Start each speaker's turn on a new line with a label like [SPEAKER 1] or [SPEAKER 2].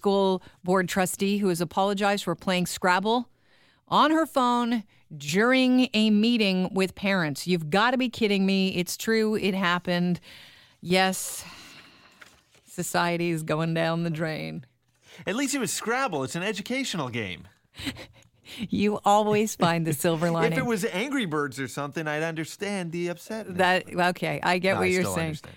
[SPEAKER 1] school board trustee who has apologized for playing Scrabble on her phone during a meeting with parents. You've got to be kidding me. It's true. It happened. Yes, society is going down the drain.
[SPEAKER 2] At least it was Scrabble. It's an educational game.
[SPEAKER 1] You always find the silver lining.
[SPEAKER 2] If it was Angry Birds or something, I'd understand the upset.
[SPEAKER 1] that okay, I get
[SPEAKER 2] No,
[SPEAKER 1] what
[SPEAKER 2] I
[SPEAKER 1] you're
[SPEAKER 2] still
[SPEAKER 1] saying.
[SPEAKER 2] understand.